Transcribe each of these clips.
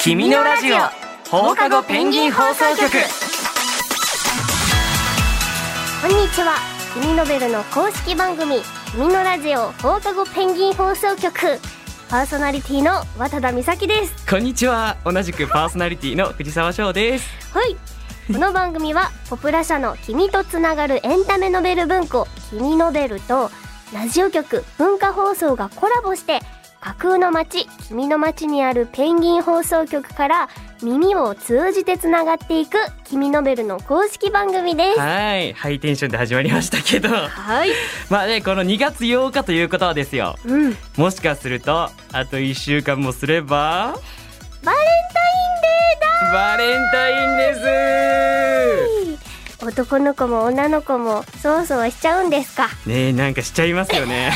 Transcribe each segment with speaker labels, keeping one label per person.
Speaker 1: 君のラジオ放課後ペンギン放送局
Speaker 2: こんにちは君ノベルの公式番組君のラジオ放課後ペンギン放送局パーソナリティの渡田美咲です
Speaker 1: こんにちは同じくパーソナリティの藤沢翔です
Speaker 2: はい この番組はポプラ社の君とつながるエンタメノベル文庫君ノベルとラジオ局文化放送がコラボして架空の街君の街にあるペンギン放送局から耳を通じてつながっていく君ノベルの公式番組です
Speaker 1: はいハイテンションで始まりましたけど
Speaker 2: はい
Speaker 1: まあねこの2月8日ということはですよ
Speaker 2: うんバレン
Speaker 1: もしかするとあと1週間もすれば
Speaker 2: タインデーだ
Speaker 1: バレンタインで
Speaker 2: 男の子も女の子もそわそわしちゃうんですか
Speaker 1: すねえなんかしちゃいますよ ね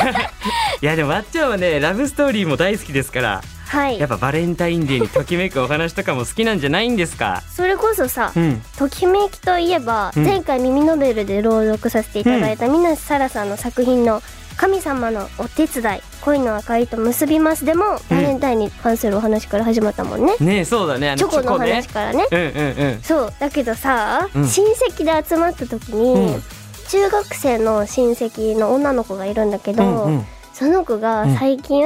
Speaker 1: いやでもわっちゃんはねラブストーリーも大好きですから
Speaker 2: はい
Speaker 1: やっぱバレンタインデーにときめくお話とかも好きなんじゃないんですか
Speaker 2: それこそさ、
Speaker 1: うん
Speaker 2: ときめきといえば、
Speaker 1: うん
Speaker 2: 前回耳ノベルで朗読させていただいた水無沙羅さんの作品の「神様のお手伝い恋の明かりと結びます」でもバレンタインに関するお話から始まったもんね、
Speaker 1: ねえそうだねあ
Speaker 2: チョコの
Speaker 1: ね
Speaker 2: 話からね
Speaker 1: うんうんうん
Speaker 2: そうだけどさ、
Speaker 1: うん
Speaker 2: 親戚で集まった時に、
Speaker 1: うん
Speaker 2: 中学生の親戚の女の子がいるんだけど、
Speaker 1: うんうん
Speaker 2: その子が最近、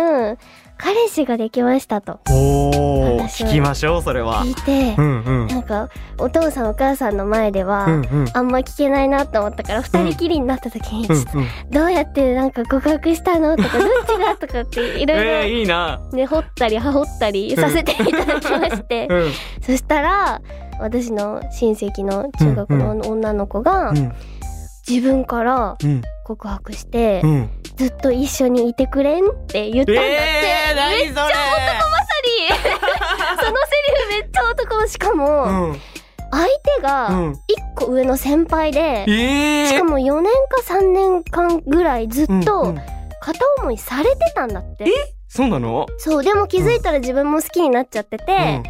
Speaker 2: 彼氏ができましたと
Speaker 1: おー
Speaker 2: 私
Speaker 1: 聞きましょうそれは
Speaker 2: 聞いて
Speaker 1: う、んうん
Speaker 2: なんかお父さんお母さんの前では、
Speaker 1: うんうん
Speaker 2: あんま聞けないなと思ったから二人きりになった時に、
Speaker 1: うん
Speaker 2: ちょっとどうやってなんか告白した のとかどっちがとかってい
Speaker 1: え
Speaker 2: ろ
Speaker 1: ー、
Speaker 2: いろ。
Speaker 1: いいな
Speaker 2: ね、掘ったり羽織ったりさせていただきまして、
Speaker 1: うん
Speaker 2: そしたら私の親戚の中学の女の子が
Speaker 1: うん
Speaker 2: 自分から
Speaker 1: うん
Speaker 2: 告白して、
Speaker 1: うん
Speaker 2: ずっと一緒にいてくれんって言ったんだって、
Speaker 1: えー、何それ
Speaker 2: めっちゃ男ばさり そのセリフめっちゃ男ばしかも、相手
Speaker 1: うん
Speaker 2: が
Speaker 1: うん
Speaker 2: 一個上の先輩で、
Speaker 1: えー、
Speaker 2: しかも4年か3年間ぐらいずっ
Speaker 1: うんう
Speaker 2: と
Speaker 1: ん
Speaker 2: 片思いされてたんだって、
Speaker 1: そうなの、
Speaker 2: そうでも気づいたら自分も好きになっちゃってて、
Speaker 1: うん、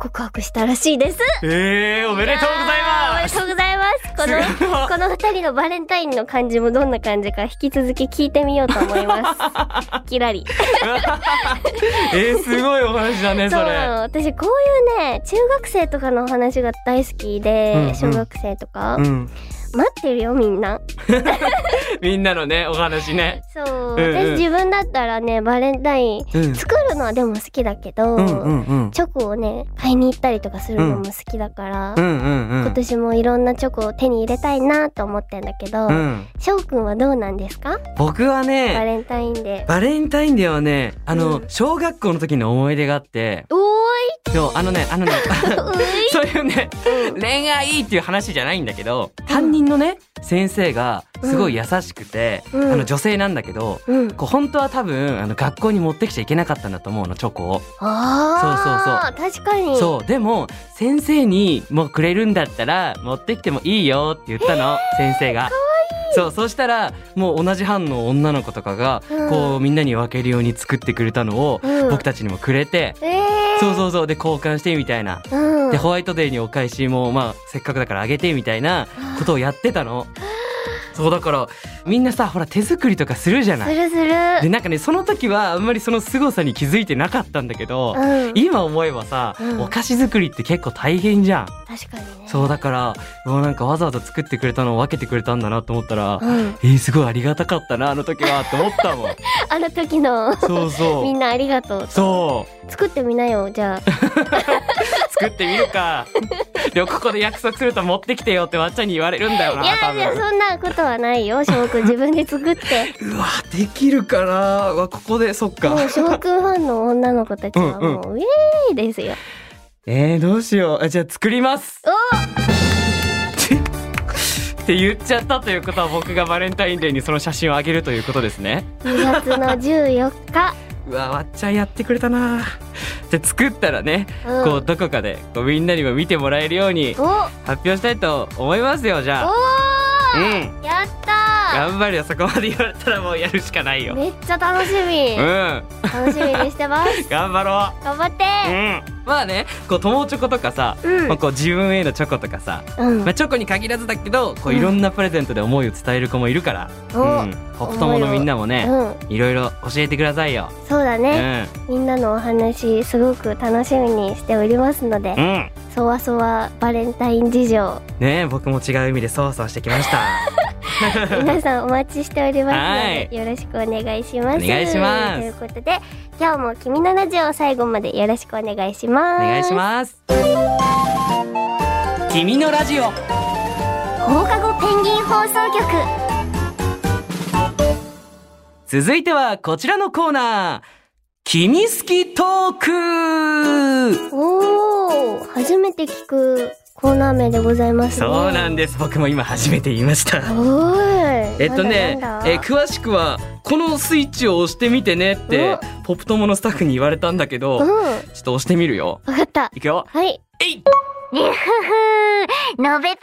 Speaker 2: 告白したらしいです
Speaker 1: えー、おめでとうございま
Speaker 2: いやーおめでとうございますこ
Speaker 1: すすごい
Speaker 2: のこの二人のバレンタインの感じもどんな感じか引き続き聞いてみようと思います キラリ
Speaker 1: えー、すごいお話だね
Speaker 2: そ
Speaker 1: そうれ
Speaker 2: なの私こういうね中学生とかのお話が大好きで、
Speaker 1: うんうん
Speaker 2: 小学生とか、
Speaker 1: うん、
Speaker 2: 待ってるよみんな
Speaker 1: みんなのねお話ね、
Speaker 2: そう、
Speaker 1: うんうん
Speaker 2: 私自分だったらねバレンタイン
Speaker 1: うん、
Speaker 2: 作るのはでも好きだけど、
Speaker 1: うんうんうん
Speaker 2: チョコをね買いに行ったりとかするのも好きだから、
Speaker 1: うんうんうん
Speaker 2: 今年もいろんなチョコを手に入れたいなと思ってんだけど、
Speaker 1: うん、
Speaker 2: 翔くんはどうなんですか
Speaker 1: 僕は
Speaker 2: バ
Speaker 1: ね
Speaker 2: レンタインで
Speaker 1: バレンタインデーはねあの、
Speaker 2: うん
Speaker 1: 小学校の時の思い出があって
Speaker 2: おー
Speaker 1: そうあのねあ のね
Speaker 2: いうい
Speaker 1: そういうね
Speaker 2: うん
Speaker 1: 恋愛っていう話じゃないんだけど担任のね先生がすごい優しくて、
Speaker 2: うん
Speaker 1: あの女性なんだけど
Speaker 2: うん
Speaker 1: こう本当は多分あの学校に持ってきちゃいけなかったんだと思うのチョコを。
Speaker 2: あー確かに
Speaker 1: そうでも先生にもうくれるんだったら持ってきてもいいよって言ったの、先生が。そうそしたらもう同じ班の女の子とかが、
Speaker 2: うん
Speaker 1: こうみんなに分けるように作ってくれたのを、
Speaker 2: うん
Speaker 1: 僕たちにもくれて、
Speaker 2: えー、
Speaker 1: そうそうそうで交換してみたいな、
Speaker 2: うん
Speaker 1: でホワイトデーにお返しも、まあ、せっかくだからあげてみたいなことをやってたの。そうだからみんなさほら手作りとかするじゃな
Speaker 2: す
Speaker 1: い。
Speaker 2: るする
Speaker 1: でなんかねその時はあんまりその凄さに気づいてなかったんだけど、
Speaker 2: うん
Speaker 1: 今思えばさ、
Speaker 2: うん
Speaker 1: お菓子作りって結構大変じゃん、
Speaker 2: 確かにね
Speaker 1: そうだからうわなんかわざわざ作ってくれたのを分けてくれたんだなと思ったら、
Speaker 2: うん、
Speaker 1: えー、すごいありがたかったなあの時はって思った もん
Speaker 2: あの時の
Speaker 1: そうそ
Speaker 2: みんなありがとう
Speaker 1: うそ
Speaker 2: 作ってみなよじゃあ
Speaker 1: う作ってみる かでもここで約束すると持ってきてよってわっちゃんに言われるんだよない
Speaker 2: や
Speaker 1: 多
Speaker 2: いや
Speaker 1: 分
Speaker 2: そんなことはな いよ翔くん自分で作って
Speaker 1: うわできるかなうわここでそっか
Speaker 2: もう翔くんファンの女の子たちは
Speaker 1: うん
Speaker 2: もうウェーイですよ
Speaker 1: えー、どうしようあじゃあ作りますおって言っちゃったということは僕がバレンタインデーにその写真をあげるということですね
Speaker 2: 2月の14日、
Speaker 1: うわわっちゃんやってくれたなで作ったらね、
Speaker 2: うん、
Speaker 1: こうどこかでこうみんなにも見てもらえるように
Speaker 2: お
Speaker 1: 発表したいと思いますよじゃあ
Speaker 2: お
Speaker 1: うん
Speaker 2: ーやった
Speaker 1: 頑張るよそこまで言われたらもうやるしかない
Speaker 2: ー
Speaker 1: よ
Speaker 2: めっちゃ楽しみ
Speaker 1: うん
Speaker 2: 楽しみにしてます
Speaker 1: 頑張ろ
Speaker 2: 頑張って
Speaker 1: ううんまあねこう友チョコとかさ、
Speaker 2: うん
Speaker 1: まあ、こう自分へのチョコとかさ、
Speaker 2: うん
Speaker 1: まあ、チョコに限らずだけどこう
Speaker 2: うん
Speaker 1: いろんなプレゼントで思いを伝える子もいるから、う
Speaker 2: お
Speaker 1: ん、北友のみんなもね、
Speaker 2: うん
Speaker 1: いろいろ教えてくださいよ。
Speaker 2: そうだ
Speaker 1: う
Speaker 2: ね、
Speaker 1: ん、
Speaker 2: みんなのお話すごく楽しみにしておりますので
Speaker 1: うん、
Speaker 2: そわそわバレンタイン 事情
Speaker 1: ねえ僕も違う意味でそわそわしてきました。
Speaker 2: 皆さんお待ちしております
Speaker 1: は
Speaker 2: の
Speaker 1: い
Speaker 2: でよろしくお願いします
Speaker 1: お願いします
Speaker 2: ということで今日も君のラジオを最後までよろしくお願いしま
Speaker 1: お
Speaker 2: す
Speaker 1: 願いします。君のラジオ。
Speaker 2: す放課後ペンギン放送局
Speaker 1: 続いてはこちらのコーナー。君好きトーク
Speaker 2: おお、初めて聞くコーナー名でございますね。
Speaker 1: そうなんです。僕も今初めて言いました。
Speaker 2: おーい。
Speaker 1: えっとね
Speaker 2: なんだなん、だ
Speaker 1: えー詳しくはこのスイッチを押してみてねってポップ友のスタッフに言われたんだけど、
Speaker 2: うん、
Speaker 1: ちょ
Speaker 2: わ
Speaker 1: っと押してみるよ。
Speaker 2: かった。
Speaker 1: いくよ。
Speaker 2: はい。
Speaker 1: え い。
Speaker 3: にふふのべペンだよ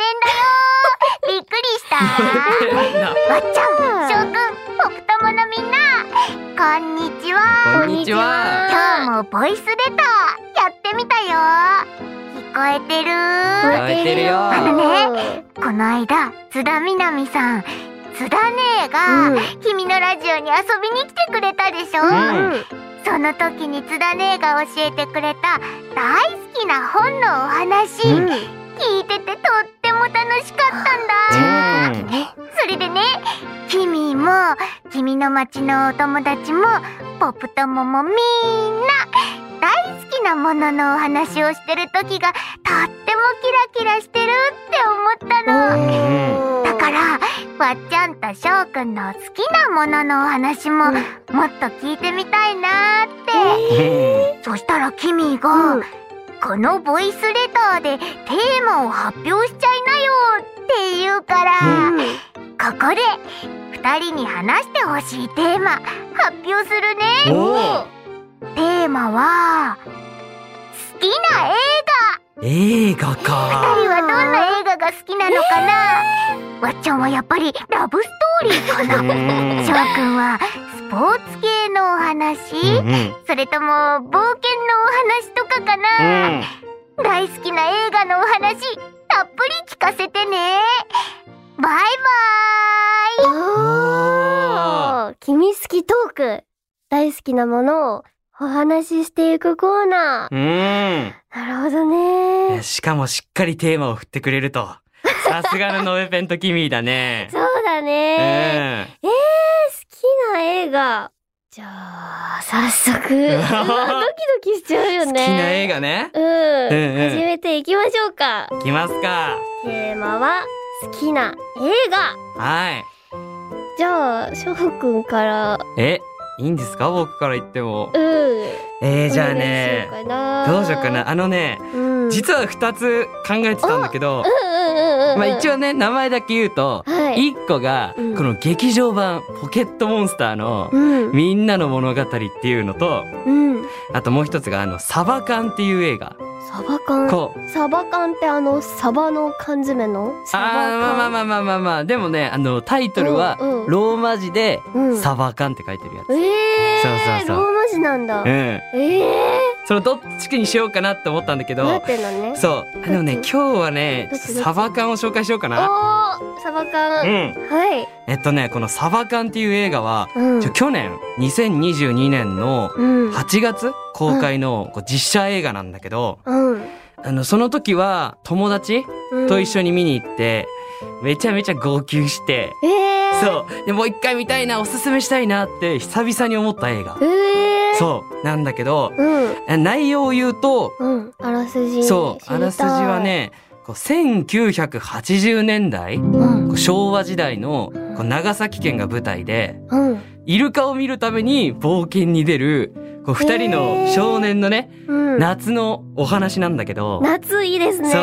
Speaker 3: ーびっくりしたーわっちゃん、しょうくん、ポプとものみんなこんにちは
Speaker 1: こんにちは。
Speaker 3: 今日もボイスレターやってみたよー聞こえてるー
Speaker 1: わえてるよ
Speaker 2: わえてるよ
Speaker 3: この間、津田みなみさん津田姉が、
Speaker 2: うん
Speaker 3: 君のラジオに遊びに来てくれたでしょ、
Speaker 1: うん
Speaker 3: その時に津田姉が教えてくれた大好きな本のお話、
Speaker 2: うん
Speaker 3: 聞いててとっても楽しかったんだ
Speaker 1: うん。
Speaker 3: それでね君も君の町のお友達もポップ友もみんな大好きなもののお話をしてる時がとってもキラキラしてるって思ったの
Speaker 2: おー
Speaker 3: だからわっちゃんとしょうくんの好きなもののお話も
Speaker 2: うん
Speaker 3: もっと聞いてみたいなーって、そしたら君が、
Speaker 2: うん
Speaker 3: このボイスレターでテーマを発表しちゃいなよって言うから、
Speaker 2: うん
Speaker 3: ここで2人に話してほしいテーマ発表するね
Speaker 1: おー
Speaker 3: テーマは好きな
Speaker 1: 映画か。
Speaker 3: 映画はどんな映画が好きなのかな、わっちゃんはやっぱりラブストーリーか
Speaker 1: う
Speaker 3: な
Speaker 1: ん
Speaker 3: 翔くん はスポーツ系のお話、
Speaker 1: うんうん
Speaker 3: それとも冒険のお話とかか
Speaker 1: う
Speaker 3: な、
Speaker 1: ん
Speaker 3: 大好きな映画のお話たっぷり聞かせてねバイバ
Speaker 1: おー
Speaker 2: おー君好きトーク。大好きなものをお話ししていくコーナ
Speaker 1: うん
Speaker 2: ー。なるほどね
Speaker 1: え。しかもしっかりテーマを振ってくれると。さすがのノベペンとキミーだね。
Speaker 2: そうだ
Speaker 1: う
Speaker 2: ね。
Speaker 1: ん
Speaker 2: 好きな映画。じゃあ、早速。うわドキドキしちゃうよ
Speaker 1: 好き
Speaker 2: ね。
Speaker 1: な映画ね。
Speaker 2: うん、
Speaker 1: うんうん
Speaker 2: 始めていきましょうか
Speaker 1: いきますか。
Speaker 2: テーマは好きな映画
Speaker 1: はい。
Speaker 2: じゃあ翔くんから
Speaker 1: え、いいんですか僕から言っても。
Speaker 2: うん
Speaker 1: えー、
Speaker 2: お
Speaker 1: じゃあ
Speaker 2: 願い
Speaker 1: ね
Speaker 2: しようかな
Speaker 1: どうしようかな。あのね、
Speaker 2: うん
Speaker 1: 実は2つ考えてたんだけど、
Speaker 2: うんうんうんうん
Speaker 1: まあ一応ね、名前だけ言うと、
Speaker 2: はい
Speaker 1: 1個が、こ
Speaker 2: うん
Speaker 1: の劇場版ポケットモンスターの
Speaker 2: うん
Speaker 1: みんなの物語っていうのと、
Speaker 2: うん
Speaker 1: あともう一つがあの、サバ缶っていう映画。
Speaker 2: サバ缶
Speaker 1: こう。
Speaker 2: サバ缶ってあのサバの缶詰のサバ
Speaker 1: あーまあまあ
Speaker 2: あ
Speaker 1: まあまあまあまあ、でもね、あの、タイトルは
Speaker 2: うんうん、
Speaker 1: ローマ字で、
Speaker 2: うん
Speaker 1: サバ缶って書いてるやつ。
Speaker 2: ええー、
Speaker 1: そうそうそう
Speaker 2: ローマ字なんだ、
Speaker 1: うん。
Speaker 2: ええ
Speaker 1: そのどっちにしようかなって思ったんだけ
Speaker 2: ー、な
Speaker 1: ど
Speaker 2: っ、てんのね
Speaker 1: そう。あのね、今
Speaker 2: どっち
Speaker 1: 日はね、
Speaker 2: どっちどっち
Speaker 1: サバ缶を紹介しようか
Speaker 2: お
Speaker 1: な。
Speaker 2: ーサバ
Speaker 1: う
Speaker 2: 缶、
Speaker 1: ん。
Speaker 2: はい
Speaker 1: えっとね、このサバ缶っていう映画は、
Speaker 2: うん
Speaker 1: ちょ去年、2022年の
Speaker 2: うん
Speaker 1: 8月公開のこう実写映画なんだけど、
Speaker 2: うん
Speaker 1: あの、その時は友達
Speaker 2: うん
Speaker 1: と一緒に見に行って、めちゃめちゃ号泣して、
Speaker 2: ええー、
Speaker 1: そう。で、もう一回見たいな、おすすめしたいなって、久々に思った映画。
Speaker 2: ええー、
Speaker 1: そう。なんだけど、
Speaker 2: うん
Speaker 1: え内容を言うと、
Speaker 2: うんあらすじ
Speaker 1: そう、あらすじは
Speaker 2: 知り
Speaker 1: ね、こう1980年代、
Speaker 2: たいうん
Speaker 1: こう昭和時代のこう長崎県が舞台で、
Speaker 2: うん
Speaker 1: イルカを見るために冒険に出る、こう二人の少年のね、
Speaker 2: うん
Speaker 1: 夏のお話なんだけど、
Speaker 2: 夏いいです
Speaker 1: そう
Speaker 2: ね
Speaker 1: そう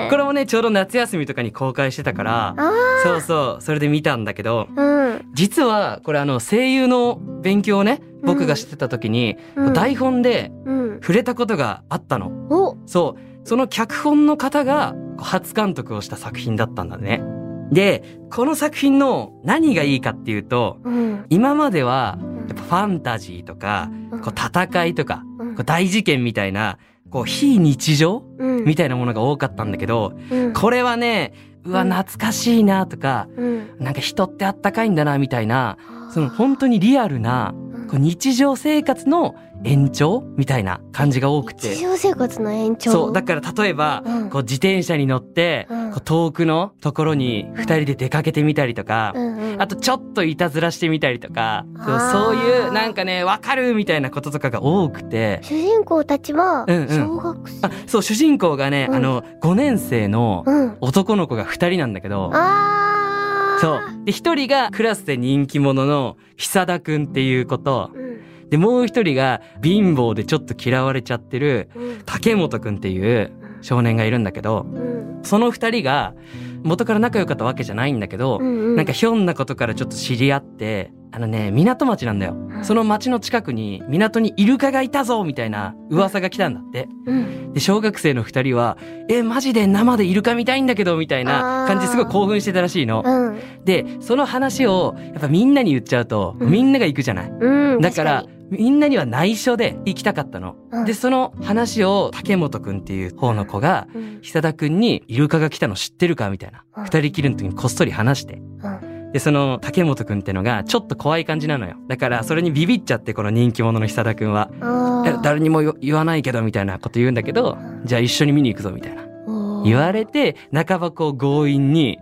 Speaker 1: そう。これもね、ちょうど夏休みとかに公開してたから、
Speaker 2: あ
Speaker 1: そうそう、それで見たんだけど、
Speaker 2: あうん
Speaker 1: 実はこれあの声優の勉強をね、僕がしてた時に、
Speaker 2: うん
Speaker 1: 台本で
Speaker 2: うん
Speaker 1: 触れたことがあったの。
Speaker 2: お
Speaker 1: そう。その脚本の方が初監督をした作品だったんだね。で、この作品の何がいいかっていうと、
Speaker 2: うん
Speaker 1: 今までは、やっぱファンタジーとか、こう戦いとか、
Speaker 2: うん
Speaker 1: こう大事件みたいな、ここう非日常
Speaker 2: うん
Speaker 1: みたいなものが多かったんだけど、
Speaker 2: うん
Speaker 1: これはね、うわ、
Speaker 2: うん
Speaker 1: 懐かしいなとか、
Speaker 2: うん
Speaker 1: なんか人ってあったかいんだなみたいな、その本当
Speaker 2: に
Speaker 1: にリアルな、こう日常生活の延長みたいな感じが多く
Speaker 2: 日
Speaker 1: て。
Speaker 2: 常生活の延長
Speaker 1: そう、だから例えば、
Speaker 2: うん
Speaker 1: こう自転車に乗って、
Speaker 2: うん
Speaker 1: こう遠くのところに二人で出かけてみたりとか、
Speaker 2: うんうん
Speaker 1: あとちょっといたずらしてみたりとか、そう
Speaker 2: あー
Speaker 1: そういうなんかね、わかるみたいなこととかが多くて、
Speaker 2: 主人公たちは
Speaker 1: うんうん
Speaker 2: 小学生
Speaker 1: あ、そう、主人公がね、
Speaker 2: うん
Speaker 1: あの、5年生の
Speaker 2: うん
Speaker 1: 男の子が二人なんだけど、
Speaker 2: あー
Speaker 1: そう。で、一人がクラスで人気者の久田くんっていうこと、
Speaker 2: うん
Speaker 1: で、もう一人が貧乏でちょっと嫌われちゃってる
Speaker 2: うん
Speaker 1: 竹本くんっていう少年がいるんだけど、
Speaker 2: うん
Speaker 1: その二人が元から仲良かったわけじゃないんだけど、
Speaker 2: うん
Speaker 1: なんかひょんなことからちょっと知り合って、あのね、港町なんだよ。その町の近くに港にイルカがいたぞみたいな噂が来たんだって。
Speaker 2: うん
Speaker 1: で、小学生の二人は、え、マジで生でイルカ見たいんだけどみたいな感じですごい興奮してたらしいの。
Speaker 2: うん
Speaker 1: で、その話をやっぱみんなに言っちゃうと、
Speaker 2: うん
Speaker 1: みんなが行くじゃない。
Speaker 2: うん
Speaker 1: だから
Speaker 2: 確、
Speaker 1: みんなには内緒で行きたかったの。
Speaker 2: かにうん
Speaker 1: で、その話を竹本くんっていう方の子が、
Speaker 2: うん
Speaker 1: 久田くんにイルカが来たの知ってるかみたいな
Speaker 2: う。ん
Speaker 1: 二人きりの時にこっそり話して。
Speaker 2: うん
Speaker 1: で、その竹本くんってのがちょっと怖い感じなのよ。だからそれにビビっちゃって、この人気者の久田くんは。
Speaker 2: あ
Speaker 1: だ
Speaker 2: ー
Speaker 1: 誰にもよ言わないけどみたいなこと言うんだけど
Speaker 2: う、ん
Speaker 1: じゃあ一緒に見に行くぞみたいな。
Speaker 2: おー
Speaker 1: 言われて、半ばこう強引に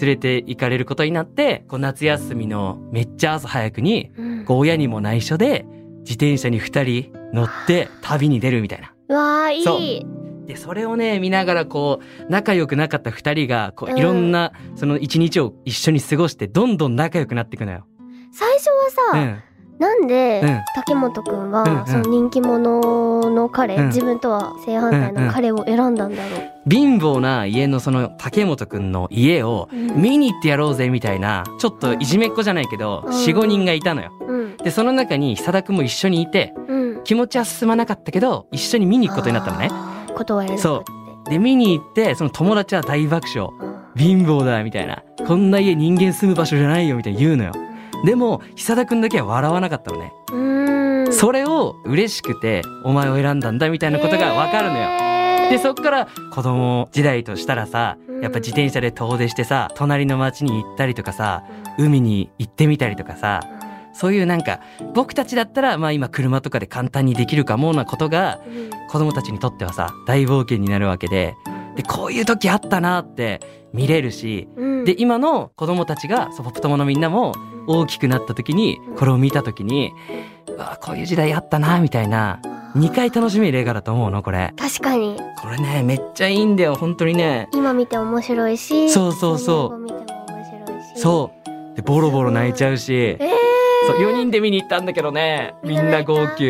Speaker 1: 連れて行かれることになって、こう夏休みのめっちゃ朝早くに、
Speaker 2: うん
Speaker 1: こう親にも内緒で自転車に二人乗って旅に出るみたいな。
Speaker 2: うわーい
Speaker 1: そう
Speaker 2: い
Speaker 1: で、それをね、見ながらこう、仲良くなかった二人が、こ
Speaker 2: うん
Speaker 1: う、いろんな、その一日を一緒に過ごして、どんどん仲良くなっていくのよ。
Speaker 2: 最初は
Speaker 1: う
Speaker 2: さ、
Speaker 1: ん。
Speaker 2: なんで、
Speaker 1: うん
Speaker 2: 竹本くんは、
Speaker 1: うんうん
Speaker 2: その人気者の彼、
Speaker 1: うん
Speaker 2: 自分とは正反対の彼を選んだんだろう、
Speaker 1: 貧乏な家のその、竹本くんの家を、
Speaker 2: うん
Speaker 1: 見に行ってやろうぜ、みたいな、ちょっといじめっ子じゃないけど、
Speaker 2: うん
Speaker 1: 四五人がいたのよ。
Speaker 2: うん
Speaker 1: で、その中に、久田くんも一緒にいて、
Speaker 2: うん
Speaker 1: 気持ちは進まなかったけど、一緒に見に行くことになったのね。
Speaker 2: あー断れなくって
Speaker 1: そうで、見に行って、その友達は大爆笑。貧乏だ、みたいな。こんな家人間住む場所じゃないよ、みたいな言うのよ。でも、久田くんだけは笑わなかったのね。
Speaker 2: うんうーん
Speaker 1: それを嬉しくてお前を選んだんだみたいなことがわかるのよ。
Speaker 2: へー
Speaker 1: でそっから子供時代としたらさ
Speaker 2: うん
Speaker 1: やっぱ自転車で遠出してさ隣の町に行ったりとかさ海に行ってみたりとかさそういうなんか僕たちだったらまあ今車とかで簡単にできるかもなことが
Speaker 2: うんうん
Speaker 1: 子供たちにとってはさ大冒険になるわけででこういう時あったなって見れるし
Speaker 2: うん
Speaker 1: で今の子供たちがそうポップ友のみんなも大きくなった時にこれを見た時にうわこういう時代あったなみたいな2回楽しめる映画だと思うのこれ
Speaker 2: 確かに
Speaker 1: これねめっちゃいいんだよ本当にね
Speaker 2: 今見て面白いし
Speaker 1: そうそうそう
Speaker 2: の後見ても面白いし
Speaker 1: そうでボロボロ泣いちゃうし
Speaker 2: えー
Speaker 1: そう4人で見に行ったんだけどねみんな号泣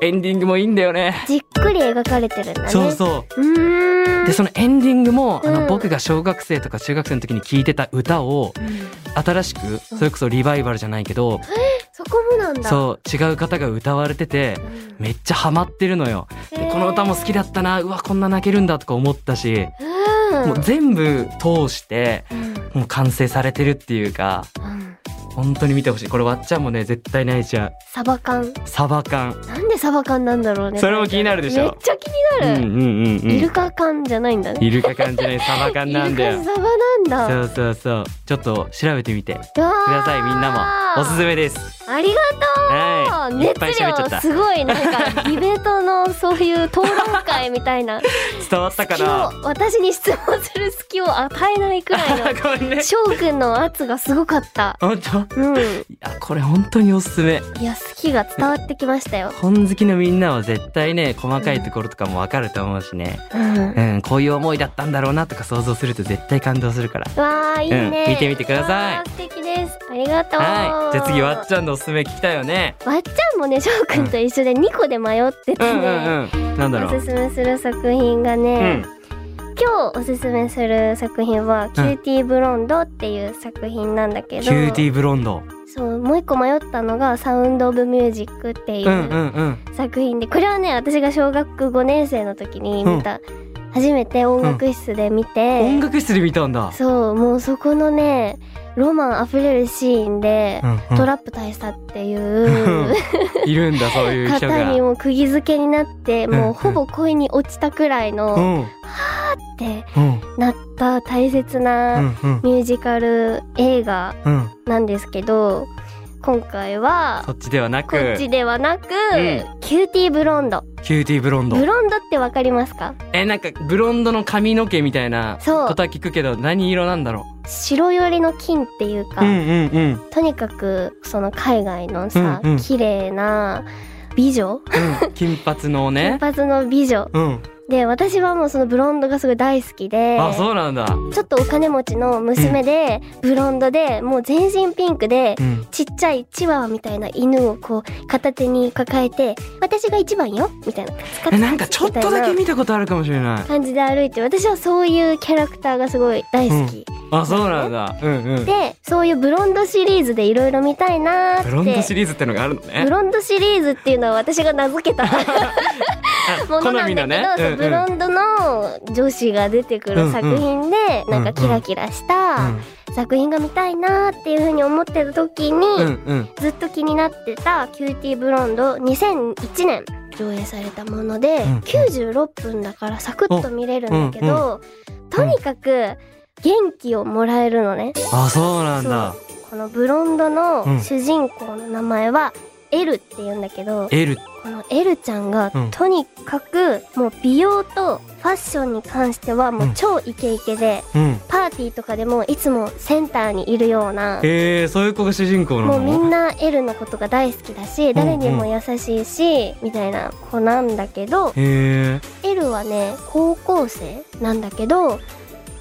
Speaker 1: エンディングもいいんだよね
Speaker 2: じっくり描かれてるんだね
Speaker 1: そうそう
Speaker 2: うーん
Speaker 1: うでそのエンディングもあ
Speaker 2: うん
Speaker 1: の僕が小学生とか中学生の時に聴いてた歌を
Speaker 2: うん
Speaker 1: 新しくそれこそリバイバルじゃないけど
Speaker 2: そこもなんだ
Speaker 1: そう違う方が歌われてて
Speaker 2: うん
Speaker 1: めっちゃハマってるのよでこの歌も好きだったなうわこんな泣けるんだとか思ったし
Speaker 2: うん
Speaker 1: もう全部通して
Speaker 2: うん
Speaker 1: もう完成されてるっていうか
Speaker 2: うん
Speaker 1: 本当に見てほしいこれわっちゃんもね絶対泣いちゃう
Speaker 2: サバ缶
Speaker 1: サバ缶
Speaker 2: なんでサバ缶なんだろうね
Speaker 1: それも気になるでしょ
Speaker 2: めっちゃ気
Speaker 1: う
Speaker 2: に
Speaker 1: ん
Speaker 2: な
Speaker 1: う
Speaker 2: る、
Speaker 1: んうんうん
Speaker 2: イルカ缶じゃないんだね
Speaker 1: イルカ缶じゃないサバ缶なんだ
Speaker 2: イ
Speaker 1: よ
Speaker 2: ルカサバなん
Speaker 1: そう
Speaker 2: だ
Speaker 1: そうそうちょっと調べてみてく
Speaker 2: うわー
Speaker 1: ださいみんなもおすすめです
Speaker 2: ありが
Speaker 1: は
Speaker 2: とう
Speaker 1: いいっぱい
Speaker 2: 熱
Speaker 1: 喋っちゃっ
Speaker 2: 量
Speaker 1: た
Speaker 2: すごいなんかディベートのそういう討論会みたいな
Speaker 1: 伝わったか
Speaker 2: 隙を
Speaker 1: な
Speaker 2: 私に質問する隙を与えないくら い
Speaker 1: ごめんね
Speaker 2: の翔くんの圧がすごかった
Speaker 1: 本当
Speaker 2: うん
Speaker 1: いやこれ本当におすすめ
Speaker 2: いや好きが伝わってきましたよ
Speaker 1: 本好きのみんなは絶対ね細かいところとかもわかると思うしね
Speaker 2: うん
Speaker 1: うんこういう思いだったんだろうなとか想像すると絶対感動するから
Speaker 2: わあいいね、
Speaker 1: うん見てみてください
Speaker 2: わー素敵ですありがとう
Speaker 1: はい。じゃあ次、わっちゃんのおすすめ聞きたいよね。
Speaker 2: わっちゃんもね翔くんと一緒で2個で迷って
Speaker 1: う
Speaker 2: て
Speaker 1: んう
Speaker 2: ね、
Speaker 1: んうん。なんだろ
Speaker 2: お
Speaker 1: う
Speaker 2: す。すめする作品が
Speaker 1: う
Speaker 2: ね
Speaker 1: ん、。
Speaker 2: 今日おすすめする作品は「キューティーブロンド」っていう作品なんだけど
Speaker 1: キューティーブロンド。
Speaker 2: そうもう一個迷ったのが「サウンド・オブ・ミュージック」ってい
Speaker 1: うんう
Speaker 2: うん
Speaker 1: うん。
Speaker 2: 作品でこれはね私が小学5年生の時に見た、初めて音楽室で見て、
Speaker 1: 音楽室で見たんだ。
Speaker 2: そうもうそこのねロマン溢れるシーンで、
Speaker 1: うんうん
Speaker 2: トラップ大佐っていう
Speaker 1: いるんだそういう人
Speaker 2: 方に
Speaker 1: が。
Speaker 2: も釘付けになって、
Speaker 1: うんう
Speaker 2: も
Speaker 1: ん
Speaker 2: うほぼ恋に落ちたくらいうの
Speaker 1: ん
Speaker 2: って
Speaker 1: うん
Speaker 2: なった大切
Speaker 1: う
Speaker 2: なん
Speaker 1: うん
Speaker 2: ミュージカル映画
Speaker 1: うん。
Speaker 2: なんですけど、今回は
Speaker 1: そっちではなく
Speaker 2: こっちではなく、
Speaker 1: ん
Speaker 2: キューティーブロンド。
Speaker 1: キューティーブロンド
Speaker 2: ブ。ロンドってわかりますか
Speaker 1: えなんかブロンドの髪の毛みたいな
Speaker 2: そう
Speaker 1: ことは聞くけど何色なんだろ
Speaker 2: 白寄りの金っていう
Speaker 1: う。
Speaker 2: か、
Speaker 1: うんうんうん。
Speaker 2: とにかくその海外のさ、
Speaker 1: うんうん
Speaker 2: 綺麗な美女
Speaker 1: うん金髪の
Speaker 2: 金
Speaker 1: ね。
Speaker 2: 髪の美女
Speaker 1: うん。
Speaker 2: で私はもうそのブロンドがすごい大好きで
Speaker 1: あそうなんだ。
Speaker 2: ちょっとお金持ちの娘で、ブロンドでもう全身ピンクで、
Speaker 1: うん。
Speaker 2: ちっちゃいチワワみたいな犬をこう片手に抱えて「私が一番よ」みたいな「
Speaker 1: えなんかちょっとだけ見たことあるかもしれない。
Speaker 2: 感じで歩いて私はそういうキャラクターがすごい大好き、
Speaker 1: あそうなんだ。うんうん。
Speaker 2: でそういうブロンドシリーズでいろいろ見たいなーって
Speaker 1: ブロンドシリーズってのがあるのね
Speaker 2: ブ。ロンドシリーズっていうのは私が名付け た
Speaker 1: あ
Speaker 2: ものなんだけど、そうブロンドの女子が出てくる作品で、
Speaker 1: んうん
Speaker 2: なんかキラキラした作品が見たいなーっていうふうに思ってた時に、
Speaker 1: うんうんうん
Speaker 2: ずっと気になってた「キューティーブロンド」2001年上映されたもので、
Speaker 1: うんうん
Speaker 2: 96分だからサクッと見れるんだけど、とにかく元気をもらえるのね。
Speaker 1: あそうなんだ
Speaker 2: そ。このブロンド
Speaker 1: う
Speaker 2: の
Speaker 1: ん
Speaker 2: 主人公の名前はエルって言うんだけど、
Speaker 1: エル
Speaker 2: このエルちゃんが
Speaker 1: うん
Speaker 2: とにかくもう美容とファッションに関してはもう超イケイケで、
Speaker 1: うん。
Speaker 2: パーティーとかでもいつもセンターにいるような、
Speaker 1: えー、そういう子が主人公なの。
Speaker 2: もうみんなエルのことが大好きだし、誰にも優しいし、みたいな子なんだけど、
Speaker 1: えー、
Speaker 2: エルはね、高校生なんだけど、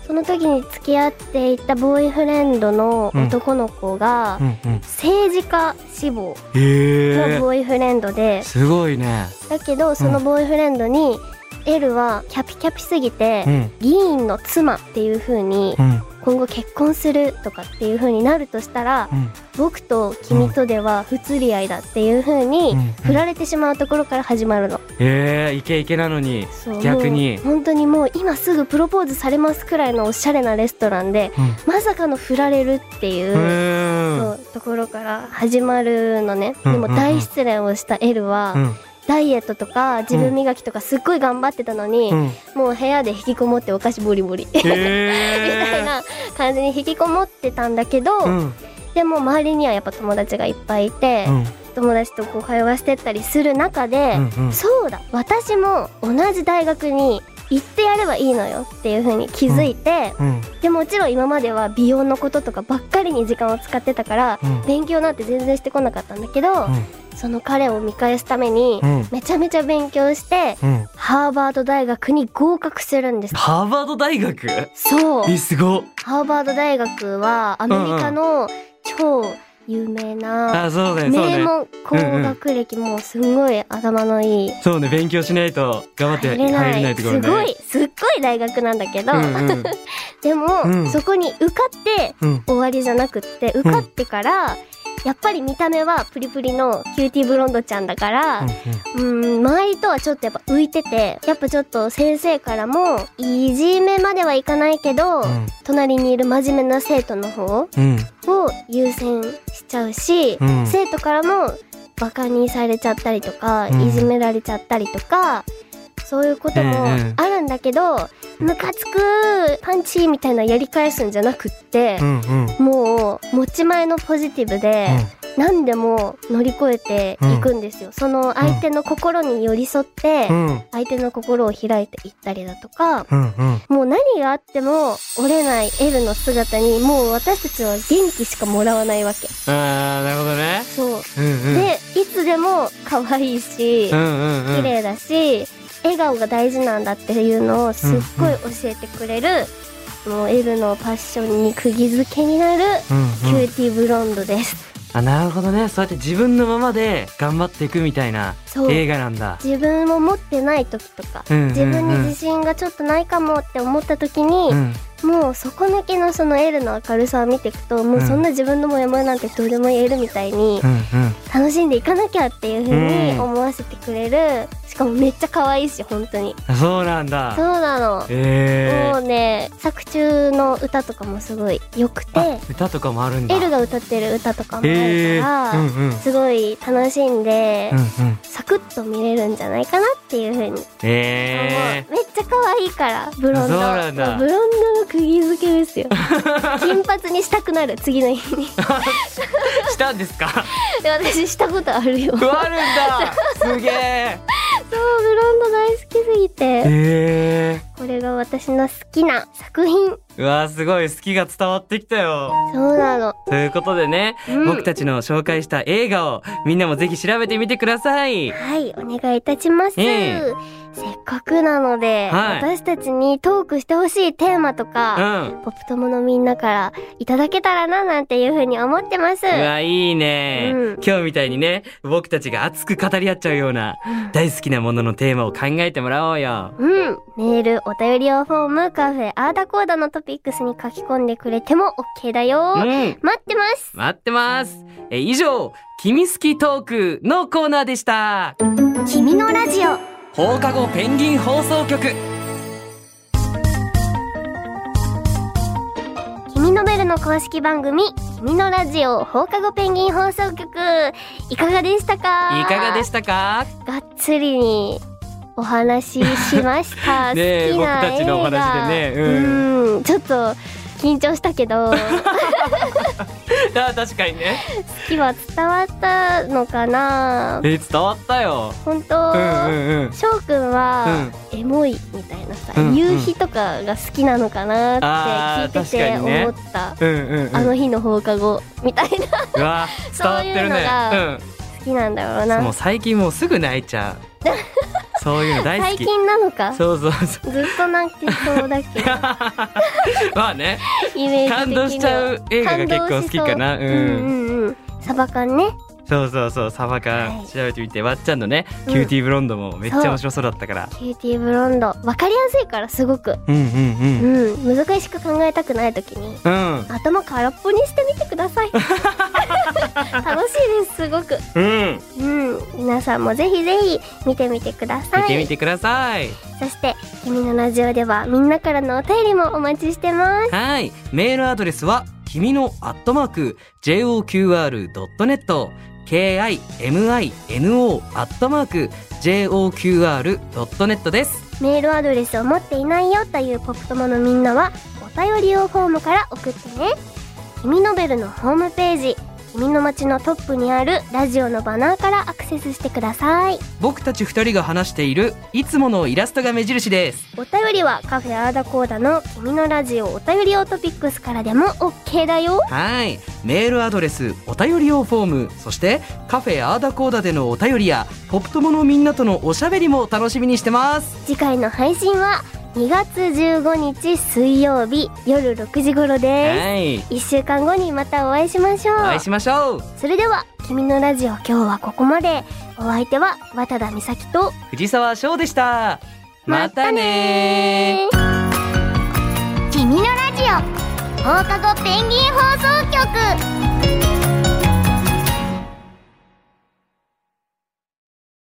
Speaker 2: その時に付き合っていたボーイフレンドの男の子が、
Speaker 1: うんうん。
Speaker 2: 政治家志望の
Speaker 1: えー、
Speaker 2: ボーイフレンドで、
Speaker 1: すごいね。
Speaker 2: だけどそのボーイフレンドに、エルはキャピキャピすぎて、
Speaker 1: うん
Speaker 2: 議員の妻っていう風に
Speaker 1: うん
Speaker 2: 今後結婚するとかっていう風になるとしたら、
Speaker 1: うん
Speaker 2: 僕と君とでは不釣り合いだっていう風に
Speaker 1: うん
Speaker 2: 振られてしまうところから始まるの。
Speaker 1: えー、イケイケなのに
Speaker 2: そう
Speaker 1: 逆に
Speaker 2: もう本当にもう今すぐプロポーズされますくらいのおしゃれなレストランで
Speaker 1: うん
Speaker 2: まさかの振られるっていうう。そ
Speaker 1: ーん
Speaker 2: うところから始まるのね、
Speaker 1: うんうん
Speaker 2: でも大失恋をしたエルは、
Speaker 1: うん
Speaker 2: ダイエットとか自分磨きとかすっごい頑張ってたのに、
Speaker 1: うん
Speaker 2: もう部屋で引きこもってお菓子ボリボリみたい
Speaker 1: え
Speaker 2: な感じに引きこもってたんだけど、
Speaker 1: ーうん
Speaker 2: でも周りにはやっぱ友達がいっぱいいて、
Speaker 1: うん
Speaker 2: 友達とこう会話してったりする中で、
Speaker 1: うんうん
Speaker 2: そうだ私も同じ大学に行ってやればいいのよっていう風に気づいて、
Speaker 1: うん
Speaker 2: でもちろん今までは美容のこととかばっかりに時間を使ってたから、
Speaker 1: うん
Speaker 2: 勉強なんて全然してこなかったんだけど、
Speaker 1: うん
Speaker 2: その彼を見返すために、
Speaker 1: うん
Speaker 2: めちゃめちゃ勉強して、
Speaker 1: うん
Speaker 2: ハーバード大学に合格するんです。
Speaker 1: ハーバード大学
Speaker 2: そう。
Speaker 1: えすごっ
Speaker 2: ハーバード大学はアメリカの超有名な
Speaker 1: あそうだねそう
Speaker 2: 名
Speaker 1: ね
Speaker 2: 門高学歴もうすんごい頭のいい。
Speaker 1: そうね勉強しないと頑張って入れないところ
Speaker 2: す
Speaker 1: ね
Speaker 2: ごいすっごい大学なんだけど、
Speaker 1: うん
Speaker 2: でも、
Speaker 1: うん
Speaker 2: そこに受かって
Speaker 1: うんうん
Speaker 2: 終わりじゃなくって受かってから、やっぱり見た目はプリプリのキューティーブロンドちゃんだから、うん、周りとはちょっとやっぱ浮いてて、やっぱちょっと先生からも、いじめまではいかないけど、
Speaker 1: ん
Speaker 2: 隣にいる真面目な生徒の方を
Speaker 1: うん
Speaker 2: 優先しちゃうし、
Speaker 1: うん
Speaker 2: 生徒からもバカにされちゃったりとか、
Speaker 1: うん
Speaker 2: いじめられちゃったりとか、そういうことも
Speaker 1: うんうん
Speaker 2: あるんだけど、ムカつくパンチみたいなやり返すんじゃなくって
Speaker 1: う、んうん
Speaker 2: もう持ち前のポジティブで、何でも乗り越えていくんですよ、その相手の心に寄り添って
Speaker 1: うんうん
Speaker 2: 相手の心を開いていったりだとか
Speaker 1: うんうん
Speaker 2: もう何があっても折れないエルの姿にもう私たちは元気しかもらわないわけ
Speaker 1: あーなるほどね
Speaker 2: そう、
Speaker 1: うんうん
Speaker 2: でいつでも可愛いし
Speaker 1: うんうんうん
Speaker 2: 綺麗だし笑顔が大事なんだっていうのをすっごい教えてくれる、もうエルのパッションに釘付けになる
Speaker 1: うん
Speaker 2: キ
Speaker 1: う
Speaker 2: ュー
Speaker 1: ん
Speaker 2: ティーブロンドです、
Speaker 1: あなるほどねそうやって自分のままで頑張っていくみたいな
Speaker 2: そう
Speaker 1: 映画なんだ。
Speaker 2: 自分を持ってない時とか
Speaker 1: うんうんうん
Speaker 2: 自分に自信がちょっとないかもって思った時に、
Speaker 1: うん
Speaker 2: もう底抜けのその L の明るさを見ていくともうそんな自分のモヤモヤなんてどうでも言えるみたいに
Speaker 1: うんうん
Speaker 2: 楽しんでいかなきゃっていう風
Speaker 1: うん
Speaker 2: に思わせてくれるしかもめっちゃ可愛いし本当に
Speaker 1: あそうなん
Speaker 2: そう
Speaker 1: だ。
Speaker 2: なの
Speaker 1: え
Speaker 2: も
Speaker 1: え
Speaker 2: うね作中の歌とかもすごい良くて
Speaker 1: あ歌とかもあるんだ。
Speaker 2: エルが歌ってる歌とかもある
Speaker 1: ええ
Speaker 2: から、
Speaker 1: うんうん
Speaker 2: すごい楽しんで、
Speaker 1: うんうん。
Speaker 2: サクッと見れるんじゃないかなっていう風に、
Speaker 1: ええ
Speaker 2: もうめっちゃ可愛いからブロンド
Speaker 1: そうなんだ
Speaker 2: もうブロンドの釘付けです よ金髪にしたくなる次の日に
Speaker 1: したんですか。
Speaker 2: で私したこと あるよそうブ
Speaker 1: あるんだ。すげえ。
Speaker 2: ロンド大好きすぎて
Speaker 1: え
Speaker 2: これが私の好きな作品
Speaker 1: え。うわすごい好きが伝わってきたよ。
Speaker 2: そうなの、
Speaker 1: ということでね、
Speaker 2: うん
Speaker 1: 僕たちの紹介した映画をみんなもぜひ調べてみてください。
Speaker 2: はいお願いいたします、
Speaker 1: ええ
Speaker 2: せっかくなので、
Speaker 1: はい
Speaker 2: 私たちにトークしてほしいテーマと
Speaker 1: う
Speaker 2: か、
Speaker 1: ん。
Speaker 2: ポップ友のみんなからいただけたらななんていう風に思ってます
Speaker 1: うわ、いいね、
Speaker 2: うん
Speaker 1: 今日みたいにね、僕たちが熱く語り合っちゃうような、大好きなもののテーマを考えてもらおうよ。
Speaker 2: うん。メール、お便り用フォーム、カフェ、アーダコーダのトピックスに書き込んでくれても OK だよ。
Speaker 1: うん。
Speaker 2: 待ってます。
Speaker 1: 待ってます。え、以上、君好きトークのコーナーでした。
Speaker 2: 君のラジオ。
Speaker 1: 放課後ペンギン放送局。
Speaker 2: 君のベルの公式番組、君のラジオ放課後ペンギン放送局。いかがでしたか
Speaker 1: いかがで
Speaker 2: し
Speaker 1: したか
Speaker 2: たがっつりにお話ししまし
Speaker 1: ね
Speaker 2: た。
Speaker 1: え
Speaker 2: 好きな映画
Speaker 1: 僕たちのお話でねう
Speaker 2: うん。ちょっと緊張した けど、好
Speaker 1: あ確かにね。
Speaker 2: きは伝わったのかな
Speaker 1: え、伝わったよ。
Speaker 2: 本当、
Speaker 1: うんうんうん。
Speaker 2: 翔くんは、エモいみたいなさ、
Speaker 1: うんうん
Speaker 2: 夕日とかが好きなのかなって聞いて
Speaker 1: あー
Speaker 2: て
Speaker 1: 確かにね
Speaker 2: 思った。
Speaker 1: うんうんうん。
Speaker 2: あの日の放課後みたいな好
Speaker 1: うわ伝わってるね。
Speaker 2: そういう
Speaker 1: うん。
Speaker 2: きなんだろ
Speaker 1: も
Speaker 2: うな
Speaker 1: う最近もうすぐ泣いちゃうそういうの大好
Speaker 2: 最
Speaker 1: き
Speaker 2: 近なのかずっ
Speaker 1: そうそうそう
Speaker 2: となんてそうだっけ
Speaker 1: まあね
Speaker 2: イメージ的には
Speaker 1: 感動しちゃう映画が結構好きかな
Speaker 2: 感
Speaker 1: う
Speaker 2: 動しそうんうんうんうんサバ缶ね
Speaker 1: そうそうそうサバ
Speaker 2: は
Speaker 1: 缶
Speaker 2: い
Speaker 1: 調べてみてわっちゃんのね
Speaker 2: うん
Speaker 1: キューティーブロンドもめっちゃ面白そうだったから
Speaker 2: キューティーブロンドわかりやすいからすごく
Speaker 1: うんうんう
Speaker 2: うんん難しく考えたくない時に
Speaker 1: うん
Speaker 2: 頭空っぽにしてみてく ださい楽しいですすごく
Speaker 1: うん
Speaker 2: うん、皆さんもぜひぜひ見てみてください
Speaker 1: 見てみてください
Speaker 2: そして「君のラジオ」ではみんなからのお便りもお待ちしてます
Speaker 1: はいメールアドレスは君のアットマーク JOQR.net KIMINO アットマーク JOQR.net です
Speaker 2: メールアドレスを持っていないよというポップ友のみんなはお便り用フォームから送ってね「君のベル」のホームページ「君の街」のトップにあるラジオのバナーからアクセスしてください
Speaker 1: 僕たち二人が話しているいつものイラストが目印です
Speaker 2: お便りはカフェアーダコーダの「君のラジオお便り用トピックス」からでも OK だよ
Speaker 1: はいメールアドレスお便り用フォームそしてカフェアーダコーダでのお便りやポップ友のみんなとのおしゃべりも楽しみにしてます
Speaker 2: 次回の配信は2月15日水曜日夜6時頃で
Speaker 1: はい
Speaker 2: す、一1週間後にまたお会いしましょう
Speaker 1: お会いしましょう
Speaker 2: それでは「君のラジオ」今日はここまでお相手は渡田美咲と
Speaker 1: 藤沢翔でしたまたね
Speaker 3: 君のラジオ放課後ペンギン放送局